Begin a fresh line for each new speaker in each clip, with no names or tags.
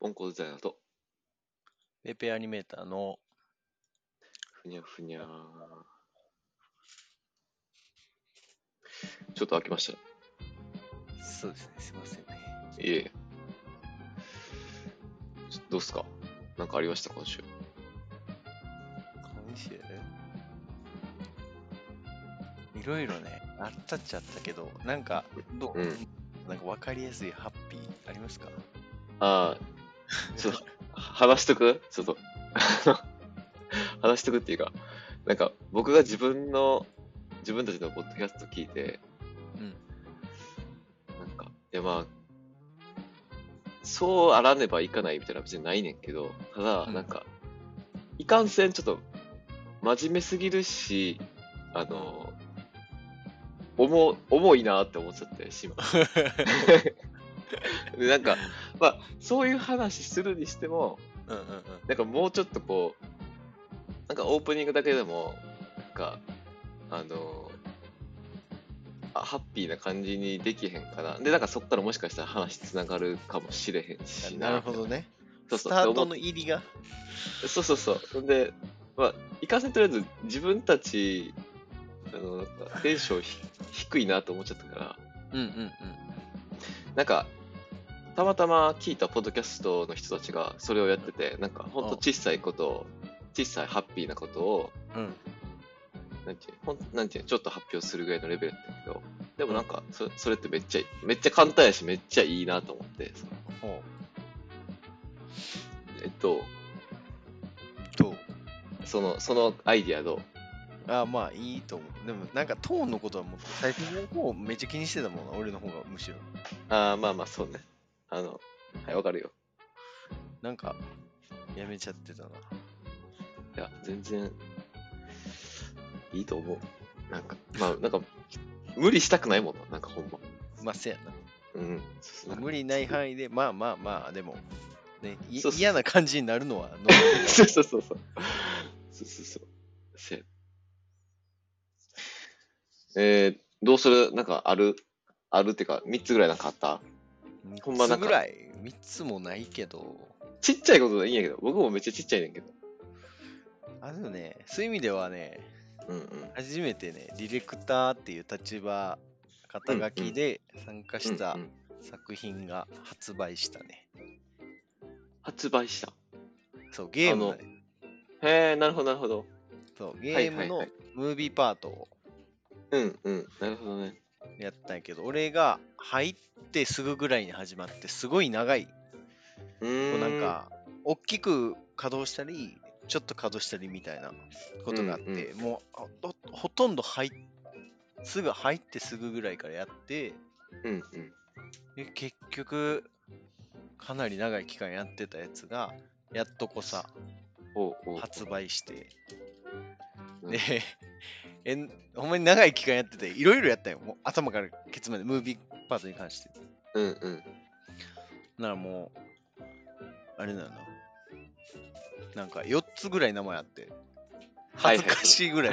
ポンコツ大学と、
ペペアニメーターの、
ふにゃふにゃー。ちょっと開きました。い
そうですね、すいませんね。
えいえ。ちょどうっすかなんかありました今週。
今週いろいろね、あったっちゃったけど、なんか、どう、
うん
なんか分かりやすいハッピーありますか
ああ、ちょっと、話しとくちょっと、 話しとくっていうか、なんか僕が自分の、自分たちのポッドキャスト聞いて、
うん。
なんか、いやまあ、そうあらねばいかないみたいな別にないねんけど、ただ、
うん
なんか、いかんせんちょっと、真面目すぎるし、あの、重、重いなって思っちゃって、 しまで、なんか、まあ、そういう話するにしても、
うんうんうん。
なんかもうちょっとこう、なんかオープニングだけでも、なんか、あのあハッピーな感じにできへんかな。で、なんかそっからもしかしたら話つながるかもしれへんし
なるほど
ね。
ね。
そう
ス
そう
ター
で
ト
思っ
の入りが。
そうそうそう。んで、まあ、いかんせんとりあえず自分たち、あの、なんかテンションひ低いなと思っちゃったから、
うんうんうん。
なんか、たまたま聞いたポッドキャストの人たちがそれをやってて、なんかほんと小さいことを、小さいハッピーなことを、
うん。
なんていうほんなんていうちょっと発表するぐらいのレベルだったけど、でもなんか、そそれってめっちゃいい、めっちゃ簡単やし、めっちゃいいなと思って、その
ほ
えっと、
う。どう
その、そのアイディアどう
ああ、まあいいと思う。でも、なんかトーンのことはもう、最初の方めっちゃ気にしてたもんな、俺の方がむしろ。
ああ、まあまあ、そうね。あの、はい、わかるよ。
なんか、やめちゃってたな。
いや、全然、いいと思う。なんか、まあ、なんか、無理したくないもんな、なんかほんま。
まあ、せやな。
うん。そうそうなんか
無理ない範囲で、まあまあまあ、でも、ね、い
そうそう
嫌な感じになる のは、
そうそうそうそう。そうそうそう。せえー、どうするなんかあるあるってか、3つぐらいなんかあったほんま
3
な
つ
んか
ぐらい、3つもないけど、
ちっちゃいことでいいんやけど、僕もめっちゃちっちゃいねんけど。
あのね、そういう意味ではね、
うんうん。
初めてね、ディレクターっていう立場、肩書きで参加した
うんうん
作品が発売したね。
発売した。
そう、ゲームだね、
へえ、なるほど、なるほど。
そう、ゲーム
は
の
いはい
ムービーパートを
うんうん。なるほどね。
やったんやけど、俺が入ってすぐぐらいに始まって、すごい長い。
う
こ
ー
うなん、か大きく稼働したりちょっと稼働したりみたいなことがあって、
うん
もうあほほとんど入っすぐ入ってすぐぐらいからやって
うんうん。
で結局かなり長い期間やってたやつがやっとこさ
おうおう
発売して
うん
でえんほんまに長い期間やってていろいろやったよもう頭からケツまでムービーパートに関して
うんうん。
ならもう、あれだよな。なんか4つぐらい名前あって、
はいはい
恥ずかしいぐらい。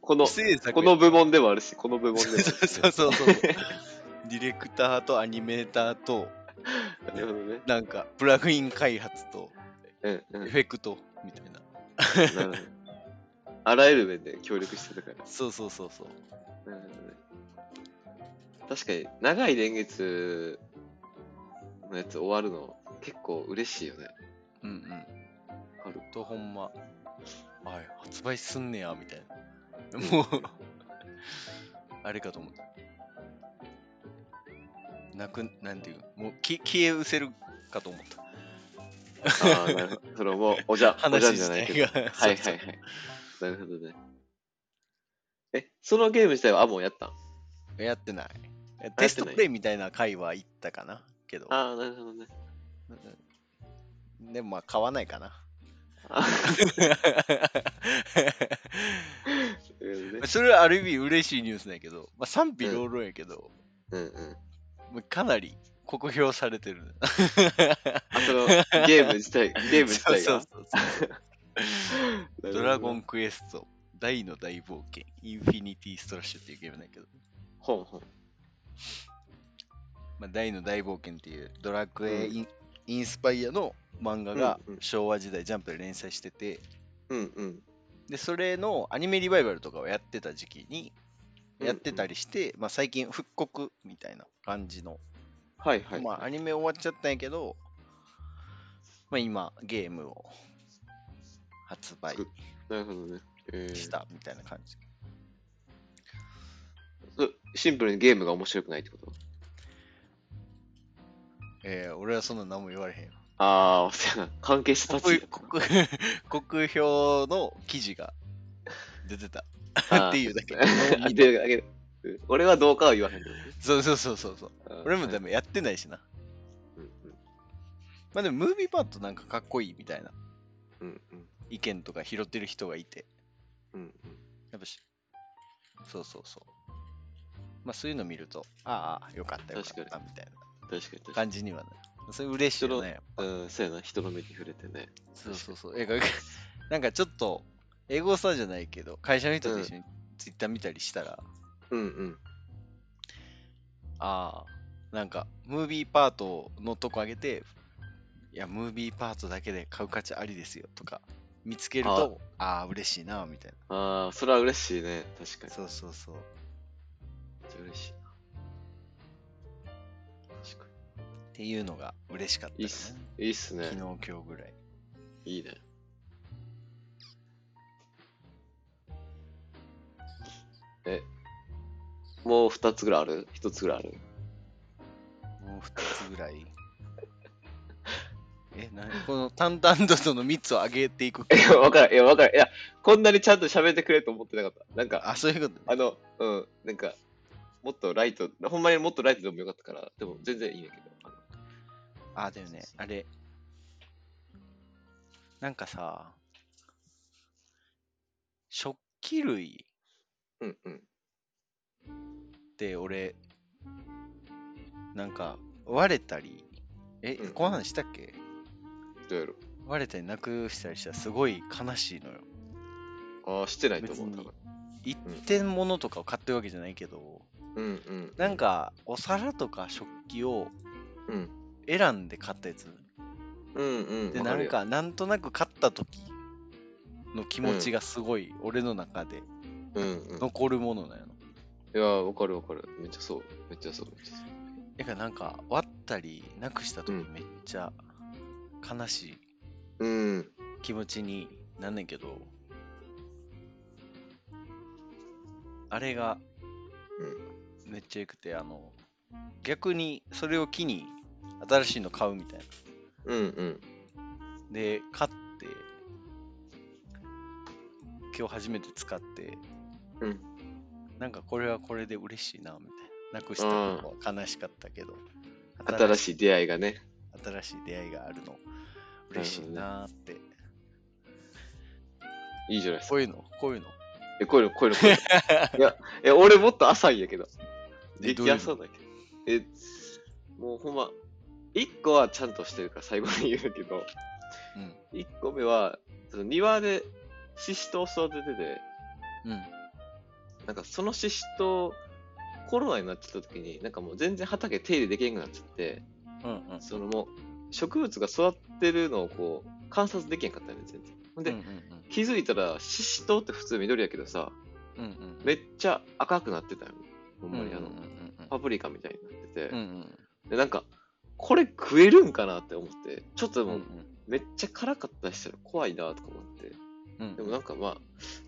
この
不、制作
この部門でもあるし、この部門でも あるし。
そうそうそうそう。ディレクターとアニメーターと、
なるほどね。
なんかプラグイン開発と、
うんう
エ
ん。
フェクトみたいな。
なるほどあらゆる面で協力してたから。
そうそうそうそう。
なるほどね。確かに、長い年月のやつ終わるの結構嬉しいよね。
うんうん。
ある。
とほんま、あ発売すんねや、みたいな。もう、 あれかと思った。なく、なんていう、もうき消え失せるかと思った。
ああ、なるほど。それも、おじゃ、おじゃ
話
んじゃ
自
ないけ
体
ど。
が。そう
はいはいはい。なるほどね。え、そのゲーム自体は、あ、もうやったん
そうやってない。テストプレイみたいな回は行ったかなけど。
ああ、なるほどね。
でもまあ買わない かな。
あーなる ほどね
それはある意味嬉しいニュースなんやけど、まあ、賛否両論やけど、
うんうん。
もうかなり酷評されてる。
あ、その、ゲーム自 体、ゲーム自
そう
体
そう
が。
そうそう。ドラゴン。クエスト、大の大冒険、インフィニティストラッシュっていうゲームだけど、
ほんほん。
まあ、大の大冒険っていうドラクエイン,、インスパイアの漫画が
うんうん
昭和時代ジャンプで連載してて、
うんうん。
でそれのアニメリバイバルとかをやってた時期にやってた
り。
りして、まあ、最近復刻みたいな感じの、
はいはい。
まあ、アニメ終わっちゃったんやけど、まあ、今ゲームを発売
作っなるほどね。えー
したみたいな感じ、
そシンプルにゲームが面白くないってこと
えー俺はそんな何も言われへんよ
ああ、そうやな。関係した立
国
ち。
国国 評の記事が出てた
あー
ってい うだけ
見てるだけでうん俺はどうかは言わへんけどね。
そうそうそうそうそう
あー
俺も
はい
でもやってないしな、
うんうん
まあでもムービーパートなんかかっこいいみたいな
うんうん
意見とか拾ってる人がいて
うん
やっぱしそうそうそうまあそういうの見るとああよかったよかったみ
確か
たい
うん。確かに確
な
かに。
感じにはなるそれ嬉しいよね
うん、そうやな。人の目に触れてね。
そうそうそう。えがなん かちょっと、エゴサじゃないけど、会社の人と一緒にツイッター見たりしたら、
うんうん。
ああ、なんか、ムービーパートのとこ上げて、いや、ムービーパートだけで買う価値ありですよとか、見つけると、ああ、嬉しいな、みたい
ああ、それは嬉しいね。確か
な。
に。
そうそうそう。
めっちゃ嬉しいな。確か
っていうのが嬉しかったか
に。いいっす。いいっす
な、
ね
昨。日、今日ぐらい。
いいね。え、もう2つぐらいある ?1 つぐらいある
もう2 つぐらい。え、なにこの淡々とその3つを上げていく。
いや、 わからん。いや、わからん。いや、こんなにちゃんと喋ってくれると思ってなかった。なんか、
あ、そういうことね
あの、うん、なんか、もっとライト、ほんまにもっとライトでもよかったから、でも全然いいんやけど。あの
あ、だよね。あれ。なんかさ、食器類
うんうん。
って俺、なんか割れたり、え、
うんうん
この話したっけ
どうやろ
割れたりなくしたりしたらすごい悲しいのよ。
う。ああ、してないと思う、
別
多
に
分。
一点物とかを買ってるわけじゃないけど、
うんうん。
なん、かお皿とか食器を
うん。
選んで買ったやつ。
うんうん。
で、
わ
な
る
ん
よ、
かなんとなく買った時の気持ちがすごい俺の中で
うんうん。
残るものなの。
いやー、わかるわかる。めっちゃそう。めっちゃそう。めっちゃそう
だからなんか割ったりなくした時
うん
めっちゃ悲しい
うん。
気持ちになんねんけど、あれがめっちゃ良くてあの逆にそれを機に新しいの買うみたいな
うんうん。
で買って今日初めて使って、
うん
なんかこれはこれで嬉しいなみたいななくした時は悲しかったけど
新しい出会いがね。
新しい出会いがあるの嬉しいなーって、
いいじゃないです
こ
か。
ういうのこういうの
え、こういうの、こういうの、こういうの。いや、え、俺もっと浅いんやけど。
え
激
どういうの
浅だけど。え、もうほんま、一個はちゃんとしてるから最後に言うけど、
うん
一個目は、その庭でシシトウ育ててて、
うん
なんかそのシシトウ、コロナになっちゃった時に、なんかもう全然畑手入れできなくなっちゃって、
うんうん
そのもう、植物が育ってるのをこう、観察できへんかったよね、全然。ほんで、
うんうん
気づいたら、シシトウって普通緑やけどさ、
うんうん
めっちゃ赤くなってたよ。ほん
うん
ま
うん
にあの、
う
パプリカみたいになってて、
んうんうん
で、なんか、これ食えるんかなって思って、ちょっと
うん
で
う
も
ん
めっちゃ辛かったりしたら怖いなとか思って、
うん
でもなんかまあ、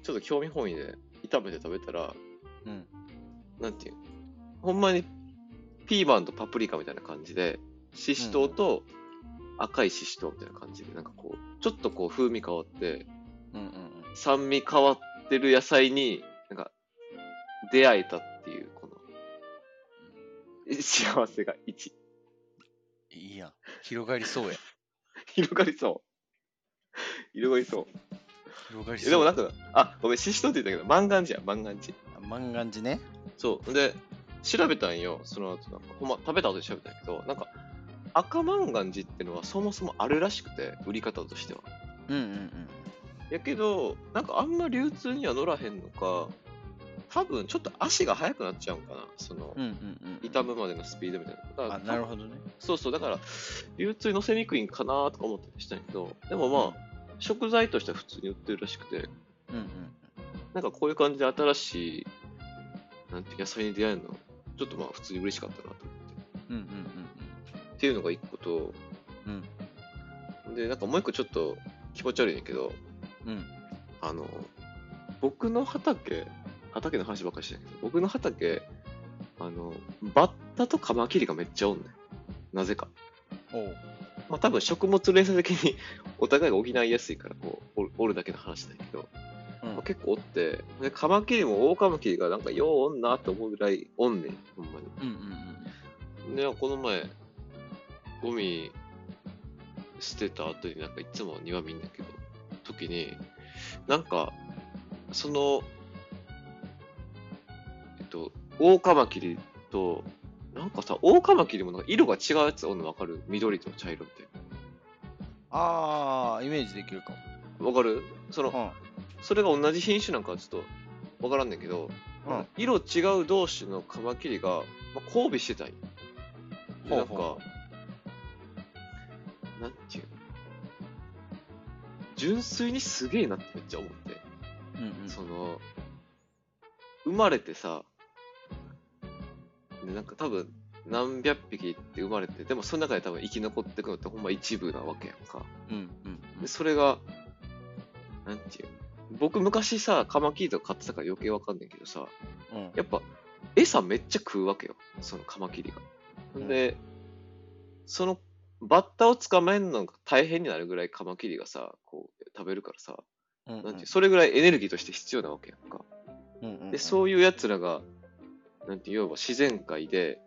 ちょっと興味本位で炒めて食べたら、
うん
なんていうのほんまにピーマンとパプリカみたいな感じで、シシトウと赤いシシトウみたいな感じで、なんかこう、ちょっとこう風味変わって、
うんうん
酸味変わってる野菜に、なんか、出会えたっていう、この、幸せが1。
いいやん広がりそうや
広がりそう。広がりそう。
広がり
い
そ
やで
う
もなんか、あ、ごめん、シシトウって言ったけど、万願寺や、万願寺。
万願寺ね
そう。で、調べたんよ、その後なんか、ほんま、食べた後で調べたんやけど、なんか、赤万願寺ってのはそもそもあるらしくて、売り方としては。
うんうん
やけど、なんかあんま流通には乗らへんのか、多分ちょっと足が速くなっちゃうんかなその、
うんうんうん。
痛むまでのスピードみたいなだから
あ、なるほどね。
そうそうだから流通に乗せにくいんかなとか思ったりしたんやけどでもまあ食材としては普通に売ってるらしくて
うんうん。
なんかこういう感じで新しいなんて野菜に出会えるのちょっとまあ普通に嬉しかったなと思って
うんうん
っていうのが一個と
うんうん。
でなんかもう一個ちょっと気持ち悪いんやけど
うんうん。
あの僕の畑畑の話ばっかりしてんやけど僕の畑あのバッタとカマキリがめっちゃおんねんなぜか
おう。
まあ多分食物連鎖的にお互いが補いやすいからこうおるおるだけの話だけど、
うん
まあ、結構おってでカマキリもオオカマキリがなんかようおんなって思うぐらいおんねんほんま
うんうんうん。
にでこの前ゴミ捨てた後になんかいつも庭見んだけど時になんかそのえっとオオカマキリとなんかさオオカマキリもなんか色が違うやつおんの分かる緑と茶色みたいな。
ああ、イメージできるか
わかるその、
も。
それが同じ品種なんかはちょっとわからんねんけど、
うん。うん。
色違う同士のカマキリが、まあ、交尾してたんよ。で
ほ
な
うん
か、
ほ
なんていうの純粋にすげえなってめっちゃ思って。
うんうん。
その、生まれてさ、でなんか多分、何百匹って生まれて、でもその中で多分生き残っていくのってほんま一部なわけやんか。
うんうんう
で
ん。
それが、なんていうの僕昔さ、カマキリとか買ってたから余計わかんないけどさ、
うん
やっぱ餌めっちゃ食うわけよ、そのカマキリ
う
が。
ん
で、そのバッタを捕まえるのが大変になるぐらいカマキリがさ、こう食べるからさ、
うん
なんていうそれぐらいエネルギーとして必要なわけやんか。
うん。
で、
うん。
そういう奴らが、なんていう要は自然界で、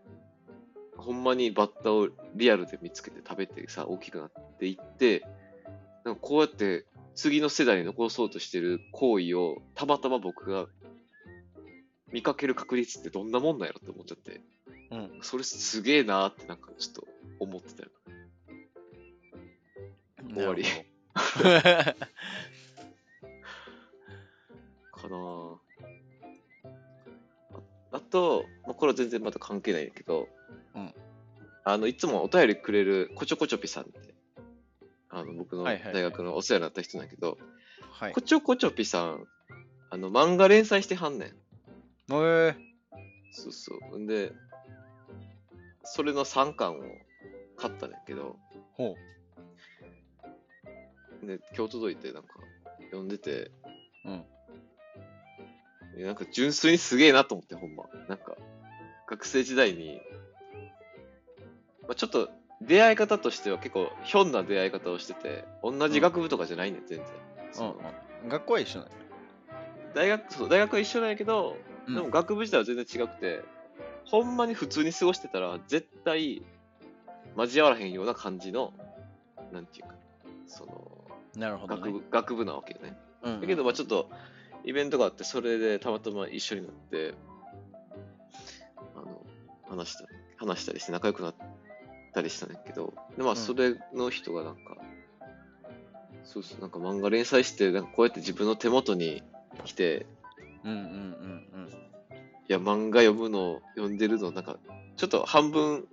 ほんまにバッタをリアルで見つけて食べてさ、大きくなっていって、なんかこうやって次の世代に残そうとしてる行為を、たまたま僕が見かける確率ってどんなもんなんやろって思っちゃって、
うん
それすげえなーってなんかちょっと思ってたよ。終わり
なる
かなぁああと、まあ、これは全然また関係ないんだけど、
うん
あのいつもお便りくれるこちょこちょぴさんってあの僕の
はいはいはい
大学のお世話になった人なんやけど、
ほどはい。
こちょこちょぴさんあの漫画連載してはんねん
えー
そうそうんでそれの3巻を買ったんだけど
ほ
で今日届いてなんか読んでて
う。うん。
いやなんか純粋にすげえなと思って、ほんま。なんか、学生時代に、まあ、ちょっと出会い方としては結構ひょんな出会い方をしてて、同じ学部とかじゃないねん、全然。その
うん。学校は一緒なんや
大学そう大学は一緒なんやけど、でも学部自体は全然違くて、ほんまに普通に過ごしてたら、絶対交わらへんような感じの、なんていうか、その、
なるほどね。
学部学部なわけよね。
うんうん
だけど、まあちょっと、イベントがあって、それでたまたま一緒になって、あの、話した、話したりして仲良くなったりしたんだけど、で、ま
う
あ
ん
それの人がなんか、そうそう、なんか漫画連載して、なんかこうやって自分の手元に来て、
うんうんうん
いや、漫画読むの、読んでるの、なんか、ちょっと半分、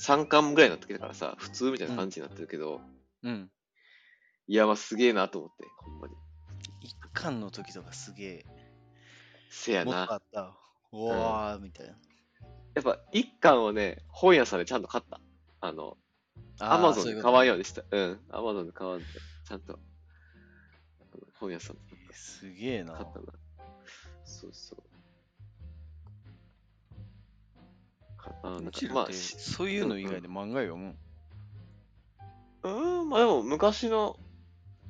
3巻ぐらいになってきたからさ、普通みたいな感じになってるけど、
うん。うん。
いや、まあすげえなと思って、ほんまに。
一巻の時とかすげえ。
せや
もっ
な
とあ。ったわ。うわーみたいな。
やっぱ一巻をね、本屋さんでちゃんと買った。あの、
あ
ア
ー
マゾ
そうい
ン
う
で
こ
買
と
わんようにした。うん、アマゾンで買わんで、ちゃんと、あの本屋さんで
すげえな。
買ったな。そうそう。かあなん
う
か
ちら
ま
っ
あ
て、
し
そういうの以外で漫画読むん
うーん、まあでも昔の、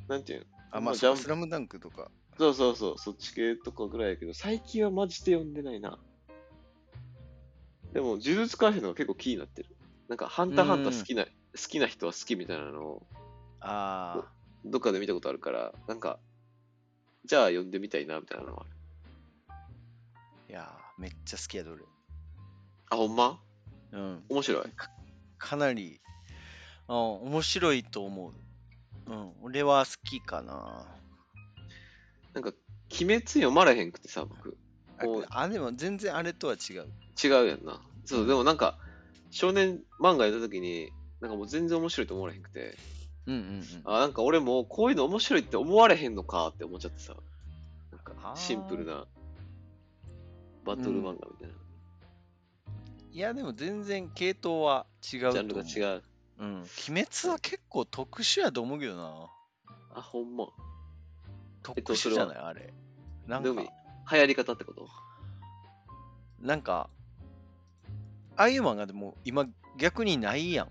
なんていうのま
あ、ま
あ
あ、
ジャン
そ
プ
うスラムダンクとか。
そうそうそう、そっち系とかぐらいやけど、最近はマジで読んでないな。でも、呪術廻戦のが結構気になってる。なんか、ハンターハンター好きな、好きな人は好きみたいなのを、
あ
どっかで見たことあるから、なんか、じゃあ読んでみたいな、みたいなのはある。
あ、いやー、めっちゃ好きやどれ。
あ、ほんま
うん。
面白い。
かなり、あ面白いと思う。うん、俺は好きかな。
なんか、鬼滅読まれへんくてさ、僕。こう
あでも全然あれとは違う
違うやんなそうでもなんか少年漫画やった時になんかもう全然面白いと思われへんくて
うんうんうん
あなんか俺もこういうの面白いって思われへんのかって思っちゃってさなん
あ
か
ー
シンプルなバトル漫画みたいな、
いやでも全然系統は違うと
ジ
思
ャンルが
う
違う
うん、鬼滅は結構特殊やと思うけどな
あほんまえ
特
っとそ
殊
れ
じ
は
ゃないあれなん
で
か
も流行り方ってこと
なんかああいう漫画でも今逆にないやん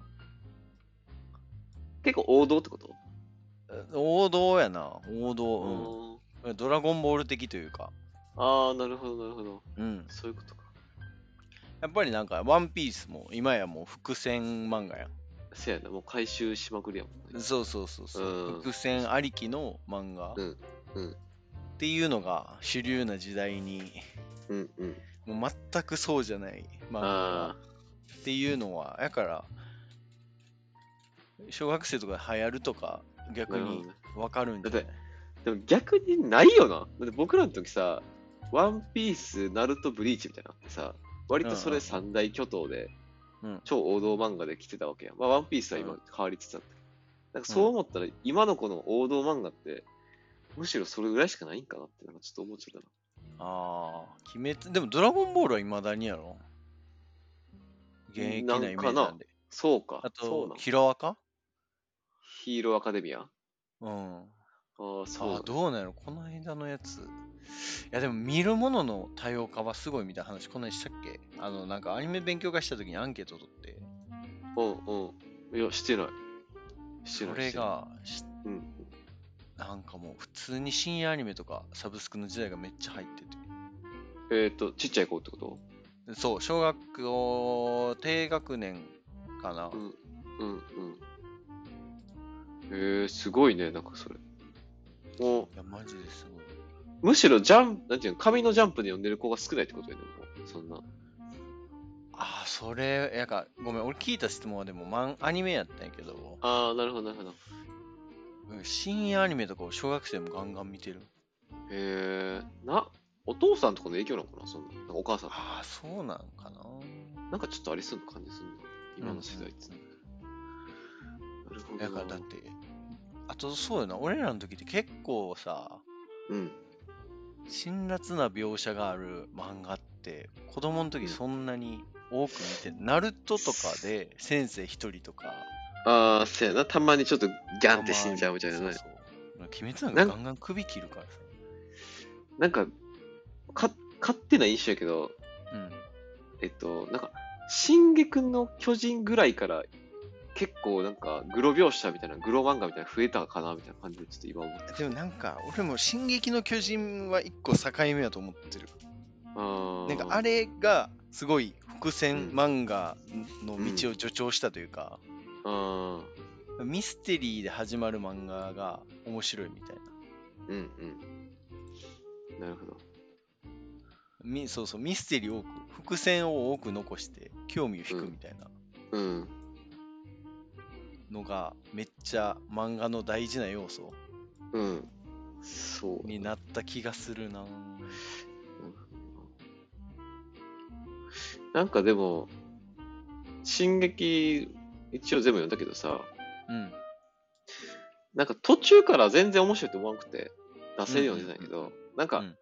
結構王道ってこと、
王道やな王
う
道、うん、ドラゴンボール的というか
ああなるほどなるほど
うん
そういうことか
やっぱりなんかワンピースも今やもう伏線漫画や
せやなもう回収しまくりやもん
ん
ね
そうそうそうそう、
うん
伏線ありきの漫画、
うんうん
っていうのが主流な時代に
うんうん
もう全くそうじゃない漫画が
あ
っていうのはだから小学生とかで流行るとか
あ
逆
なるほど
に
ね
分かるんじゃない
でも逆にないよな。だって僕らの時さ、ワンピース、ナルト、ブリーチみたいなのあってさ、割とそ
うんう
れ
ん
三大巨頭で、
うん
超王道漫画で来てたわけやん。まあ、ワンピースは
う
今
ん
変わりつつあったけど。なんかそう思ったら、今のこの王道漫画って、むしろそれぐらいしかないんかなって、なんかちょっと思っちゃったな。
ああ鬼滅でも「ドラゴンボール」はいまだにやろ現役なイメージ
なん
な
か
んで
そうか。
あ
そうな
と
の
「ヒロアカ」
ヒーローアカデミアあ
うん
あ、そうな
あ
の
ーどうなのこの間のやついやでも見るものの多様化はすごいみたいな話こんなにしたっけあのなんかアニメ勉強会した時にアンケート取って
うんうん。いや、してない。してない。
それがし
してない。うん。
なんかもう普通に深夜アニメとかサブスクの時代がめっちゃ入ってて
えっ、と、ちっちゃい子ってこと
そう、小学校低学年かな。
うんうんうん。へえー、すごいね、なんかそれ。もう、
いや、マジですごい。
むしろジャンプ、なんていうの、紙のジャンプで読んでる子が少ないってことやね、もう。そんな。
ああ、それ、やか、ごめん、俺聞いた質問はでも、マンアニメやったんやけど、
ああ、なるほど、なるほど。へ
うん深夜アニメとかを小学生もガンガン見てる。
えー、な、お父さんとかの影響なのかな、そんな。なんかお母さんとか。
ああ、そうなのかな。
なんかちょっとありそうな感じするな。今の世代って。なるほど。
やから、だって、あとそうよな、俺らの時って結構さ、
うん。
辛辣な描写がある漫画って、子供の時そんなに多く見て、ナルトとかで先生一人とか、
ああ、せやな、たまにちょっとギャンって死んじゃうみたいなね。
そうそう鬼滅なんかガンガン首切るからさ。
なんか、か、勝手な印象やけど、
うん。
えっと、なんか、進撃の巨人ぐらいから、結構なんか、グロ描写みたいな、グロ漫画みたいな増えたかなみたいな感じで、ちょっと今思って。
でもなんか、俺も「進撃の巨人」は一個境目やと思ってる。
あ
なんかあ
れ
れがすごい伏線
うん
漫画の道を助長したというか、
うん、
ミステリーで始まる漫画が面白いみたいな。
うん、うん。なるほど。
みそうそう、ミステリー多く、伏線を多く残して興味を引くみたいな
うん。
のがめっちゃ漫画の大事な要素
うん。そう。
になった気がするな。
なんかでも、進撃、一応全部読んだけどさ、
うん。
なんか途中から全然面白いと思わなくて、出せるようになったんやけど、なんか、
うん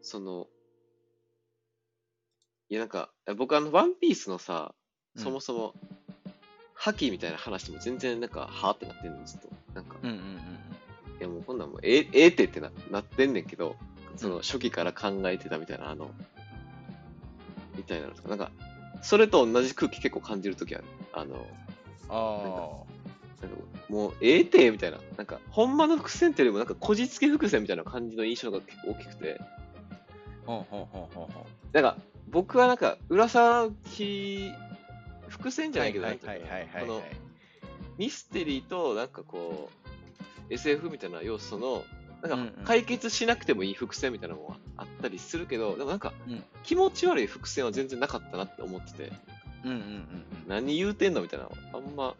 その、いやなんか、僕あの、ワンピースのさ、そもそも、覇気みたいな話も全然なんか、はーってなってんの、ずっと。なんか、
うん
い
うんうんうん。
やもうこんなんもう、えええってってななってんねんけど、その初期から考えてたみたいな、あの、みたいなのとか、なんか、それと同じ空気結構感じるときある。あの、
ああ。
なんかもう、ええて、みたいな。なんか、ほんまの伏線っていうよりも、なんか、こじつけ伏線みたいな感じの印象が結構大きくて。
ほうほうほうほうほう。
なんか、僕はなんか、浦沢き伏線じゃないけど、
は
ないんて
はいいう
の
はいはい
こ
はい
の、ミステリーと、なんかこう、SF みたいな要素の、な
うん
ん
う
か
ん、
解決しなくてもいい伏線みたいなのもあったりするけど、でもなんか
うん、
気持ち悪い伏線は全然なかったなって思ってて、
うんうん
何言うてんのみたいなのあんま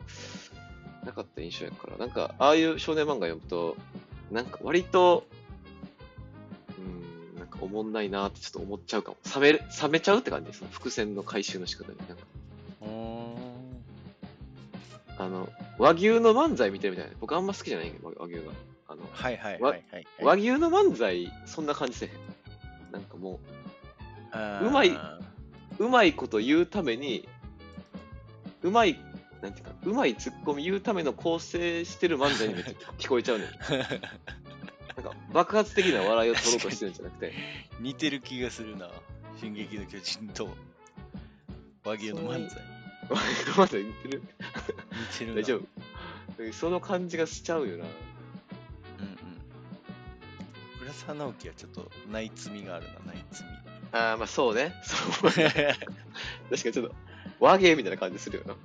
なかった印象やからなんかああいう少年漫画読むとなんか割とうーんなんかおもんないなーってちょっと思っちゃうかも。冷める、冷めちゃうって感じです。伏線の回収の仕方で。なんか、
うん
あの、和牛の漫才見てるみたいな。僕あんま好きじゃないんやけど、和和牛が。あの、
はいはいはいはい、
和
い、
牛の漫才、そんな感じせえへん。なんかも
あー
うまいいう、うまいこと言うために、うまい、なんていうか、うまいツッコミ言うための構成してる漫才にめっちゃ聞こえちゃうねん。なんか爆発的な笑いを取ろうとしてるんじゃなくて、
似てる気がするな「進撃の巨人」と和牛の漫才
和牛の 漫才言ってる
似てるな
大丈夫その感じがしちゃうよな。
うんうん浦沢直樹はちょっと内罪があるな内罪
ああ、まあそうね。そう。確かにちょっと、和芸みたいな感じするよな。
ち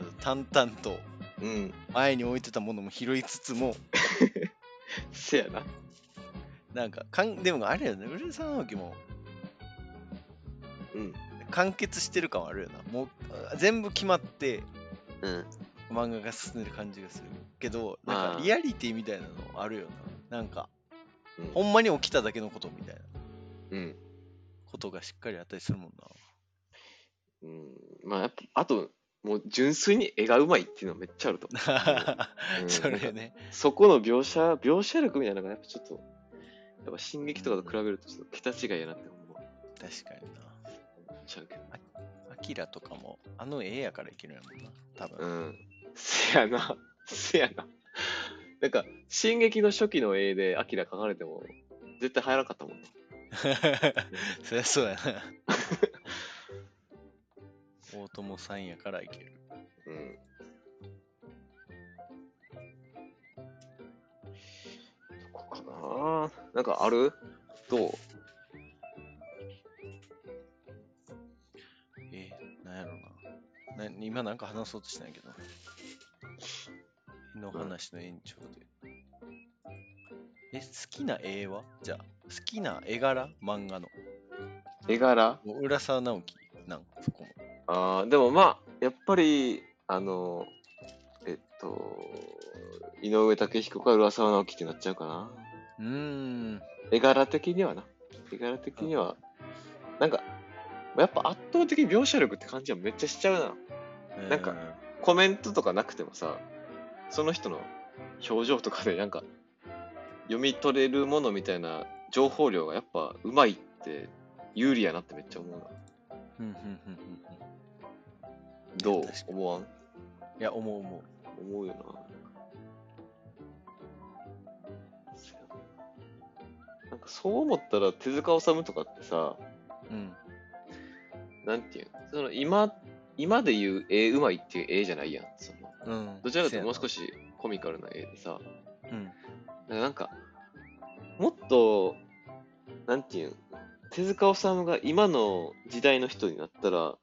ょっと淡々と
うん。
前に置いてたものも拾いつつも
せやな。
なんかかんでもあれよね浦沢直樹も
うん。
完結してる感はあるよなもうあ全部決まって
うん。
漫画が進んでる感じがするけどなん
あ
か
ー
リアリティみたいなのあるよななんか
うん
ほんまに起きただけのことみたいな
うん。
ことがしっかりあったりするもんな
うん、まあやっぱ、あと、もう純粋に絵がうまいっていうのめっちゃあるとうん
それね
そこの描写、描写力みたいなのがやっぱちょっと、やっぱ進撃とかと比べるとちょっと桁違いやなって思う
確かにな
思っちゃうけど。
アキラとかもあの絵やからいけるんやもんな多分、
うん。せやな。せやな。なんか、進撃の初期の絵でアキラ描かれても、絶対入らなかったもんね。
そりゃそうやな大友さんやからいける
うん。そこかななんかあるどう
えー、なんやろなな今なんか話そうとしたんやけど絵の話の延長で、え好きな絵はじゃあ好きな絵柄漫画の
絵柄
もう浦沢直樹なんそこも
ああ、でもまあ、やっぱり、あの、えっと、井上武彦か浦沢直樹ってなっちゃうかな。
うーん
絵柄的にはな。絵柄的には、なんか、やっぱ圧倒的描写力って感じはめっちゃしちゃうな。なんかコメントとかなくてもさ、その人の表情とかでなんか、読み取れるものみたいな情報量がやっぱうまいって有利やなってめっちゃ思うな。
うんうんうんうんうん
どう
確かに
思わん
いや思う思う
思うよな。なんかそう思ったら手塚治虫とかってさ、
うん
なんていうのその今、今で言う絵うまいっていう絵じゃないやん。その
うん
どちらかというともう少
し
しコミカルな絵でさ、
うん
なんか、もっと、なんていうん、手塚治虫が今の時代の人になったら、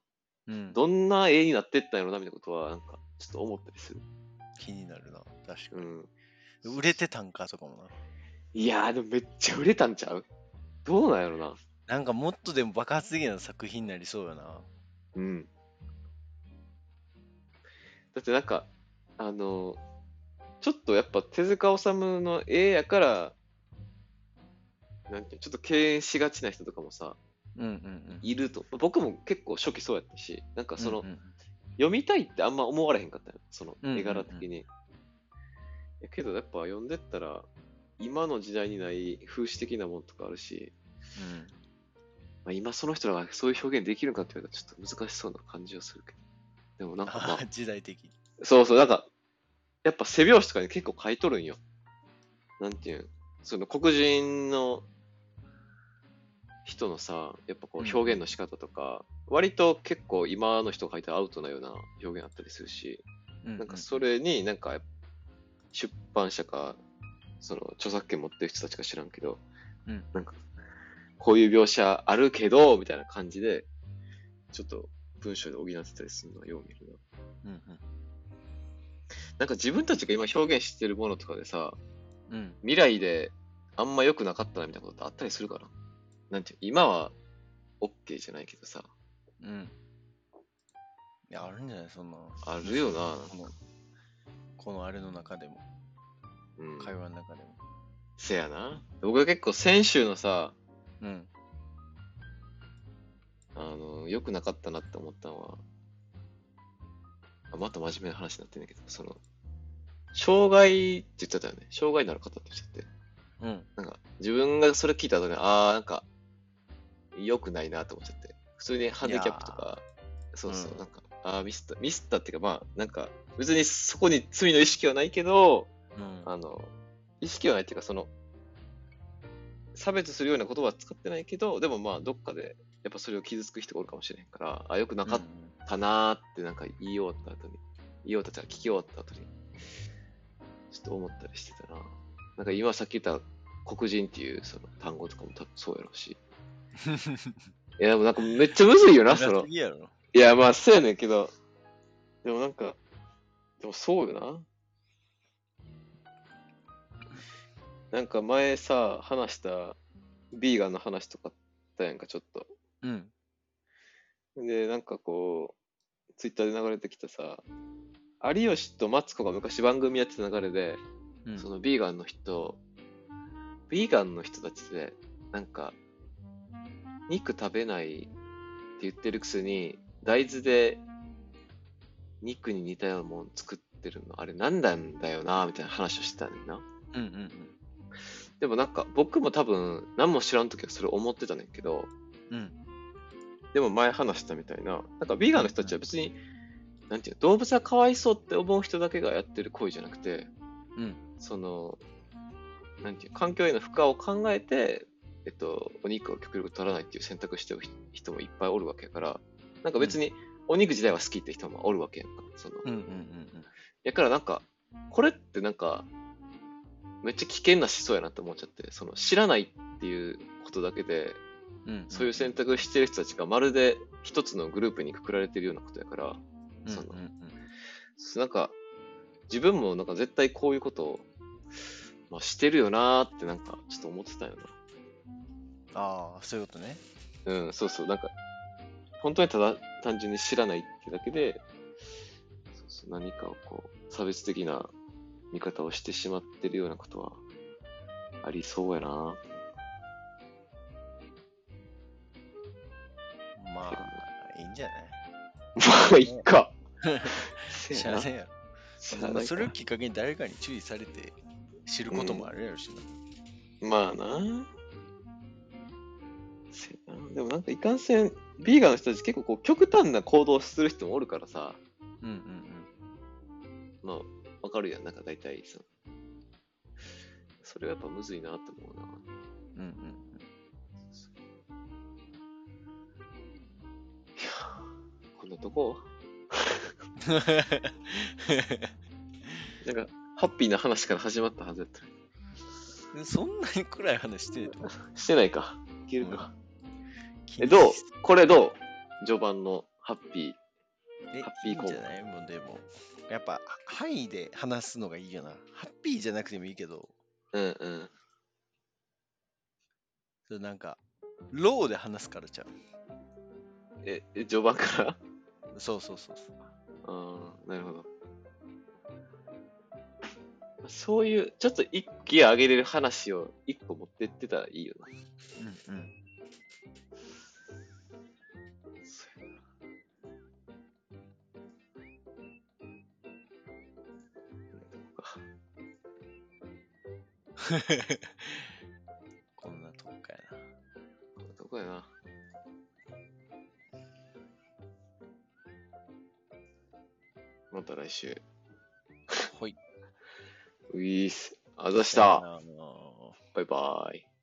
うん
どんな絵になってったんやろな、みたいなことは、なんか、ちょっと思ったりする。
気になるな確か
う
に、
ん。
売れてたんかとかも
いやー、でもめっちゃ売れたんちゃうどうなんやろな。
ななんかもっとでも爆発的な作品になりそうやな
うん。だってなんか、あの、ちょっとやっぱ手塚治虫の絵やから、なんていうのちょっと敬遠しがちな人とかもさ、
うんうんうん
いると。僕も結構初期そうやったし、なんかその、
うんうん
読みたいってあんま思われへんかったよ、その
うんうんうん
絵柄的に。やけどやっぱ読んでったら、今の時代にない風刺的なもんとかあるし、
うん
まあ、今その人らがそういう表現できるかって言われたらちょっと難しそうな感じはするけど。でもなんかま
あ
あ
ー、時代的に
そうそう、なんか、やっぱ背拍子とかに結構書いとるんよ。なんていうん、その黒人の人のさ、やっぱこう
うん
表現の仕方とか、割と結構今の人が書いてるアウトなような表現あったりするし、
な
なんかそれになんか出版社か、その著作権持ってる人たちか知らんけど、
うん
なんかこういう描写あるけど、みたいな感じで、ちょっと文章で補ってたりするのはよう見るな。
うんうん
なんか自分たちが今表現してるものとかでさ、
うん
未来であんま良くなかったなみたいなことってあったりするかななんていう、今は OK じゃないけどさ、
うんいやあるんじゃないそんな
あるよな。
このこのあれの中でも
うん。
会話の中でも
せやな。僕は結構先週のさ、
うん。
あの、良くなかったなって思ったのは、あまた真面目な話になってんだけど、その、障害って言ってたよね。障害のある方って言ってて。
うん。
なんか、自分がそれ聞いた後に、ああ、なんか、良くないなと思っちゃって。普通にハンディキャップとか、そうそう、
うん
なんか、ああ、ミスった、ミスったっていうか、まあ、なんか、別にそこに罪の意識はないけど、
うん。
あの、意識はないっていうか、その、差別するような言葉は使ってないけど、でもまあ、どっかで、やっぱそれを傷つく人がおるかもしれへんから、あ、良くなかっ
うん
かなーってなんか言い終わった後に、言い終わったじゃあ聞き終わった後に、ちょっと思ったりしてたな。なんか今さっき言った黒人っていうその単語とかも多分そうやろうし。いやでもなんかめっちゃむずいよな、そ
辛
の
す。ぎやろ。
いやまあそうやねんけど、でもなんか、でもそうよな。なんか前さ、話したビーガンの話とかあったやんか、ちょっと。
うん。
で、なんかこう、ツイッターで流れてきたさ、有吉とマツコが昔番組やってた流れで、
うん
そのビーガンの人、ビーガンの人たちで、なんか、肉食べないって言ってるくせに、大豆で肉に似たようなもん作ってるの、あれなんなんだよな、みたいな話をしてたねんな。
うんうん
でもなんか、僕も多分、何も知らんときはそれ思ってたねんけど、
うん。うん。
でも前話したみたいな、なんかビーガンの人たちは別に、なんていうの動物がかわいそうって思う人だけがやってる行為じゃなくて、
うん
その、なんていう環境への負荷を考えて、えっと、お肉を極力取らないっていう選択してる人もいっぱいおるわけやから、なんか別にお肉自体は好きって人もおるわけやんか。その
うんうんうん
やからなんか、これってなんか、めっちゃ危険な思想やなって思っちゃって、その知らないっていうことだけで、
うん。うん。
そういう選択をしてる人たちがまるで一つのグループにくくられてるようなことやから、
うんうん
そ
うん
のなんか、自分もなんか絶対こういうことを、まあ、してるよなーってなんかちょっと思ってたよ
ああ、そういうことね。
な。うん、そうそう、なんか、本当にただ単純に知らないってだけで、そうそう何かをこう、差別的な見方をしてしまってるようなことはありそうやな
まあ、いいんじゃない
まあ、いっか。
知 らねえやろ。
知
な
ら
ん
な
か
いか
それをきっかけに誰かに注意されて知ることもあるやろしな。
まあな。せやなでもなんかいかんせん、ビーガンの人たち結構こう極端な行動をする人もおるからさ、
うんうん
まあわかるやん、なんか大体その、それはやっぱむずいなと思うな。
うん。うんうん。
こんなとこなんかハッピーな話から始まったはずやった。
そん なに暗い話してると
してないか。いけるか。
気
え、
に
どう
し
これどう序盤のハッピー。
え
ハッピー
いいんじゃないもうでも。やっぱ範囲で話すのがいいよな。ハッピーじゃなくてもいいけど、
うんうん。
それなんか、ローで話すからちゃう。
え、え序盤から
そうそうそうそう。
ああ、なるほど。そういう、ちょっと一気上げれる話を一個持ってってたらいいよな。
うんうん。こんなとこかやな。
こんなとこやな。また来週。
ほい。
ウィース。あざし
さよ
た。
なら
バイバイ。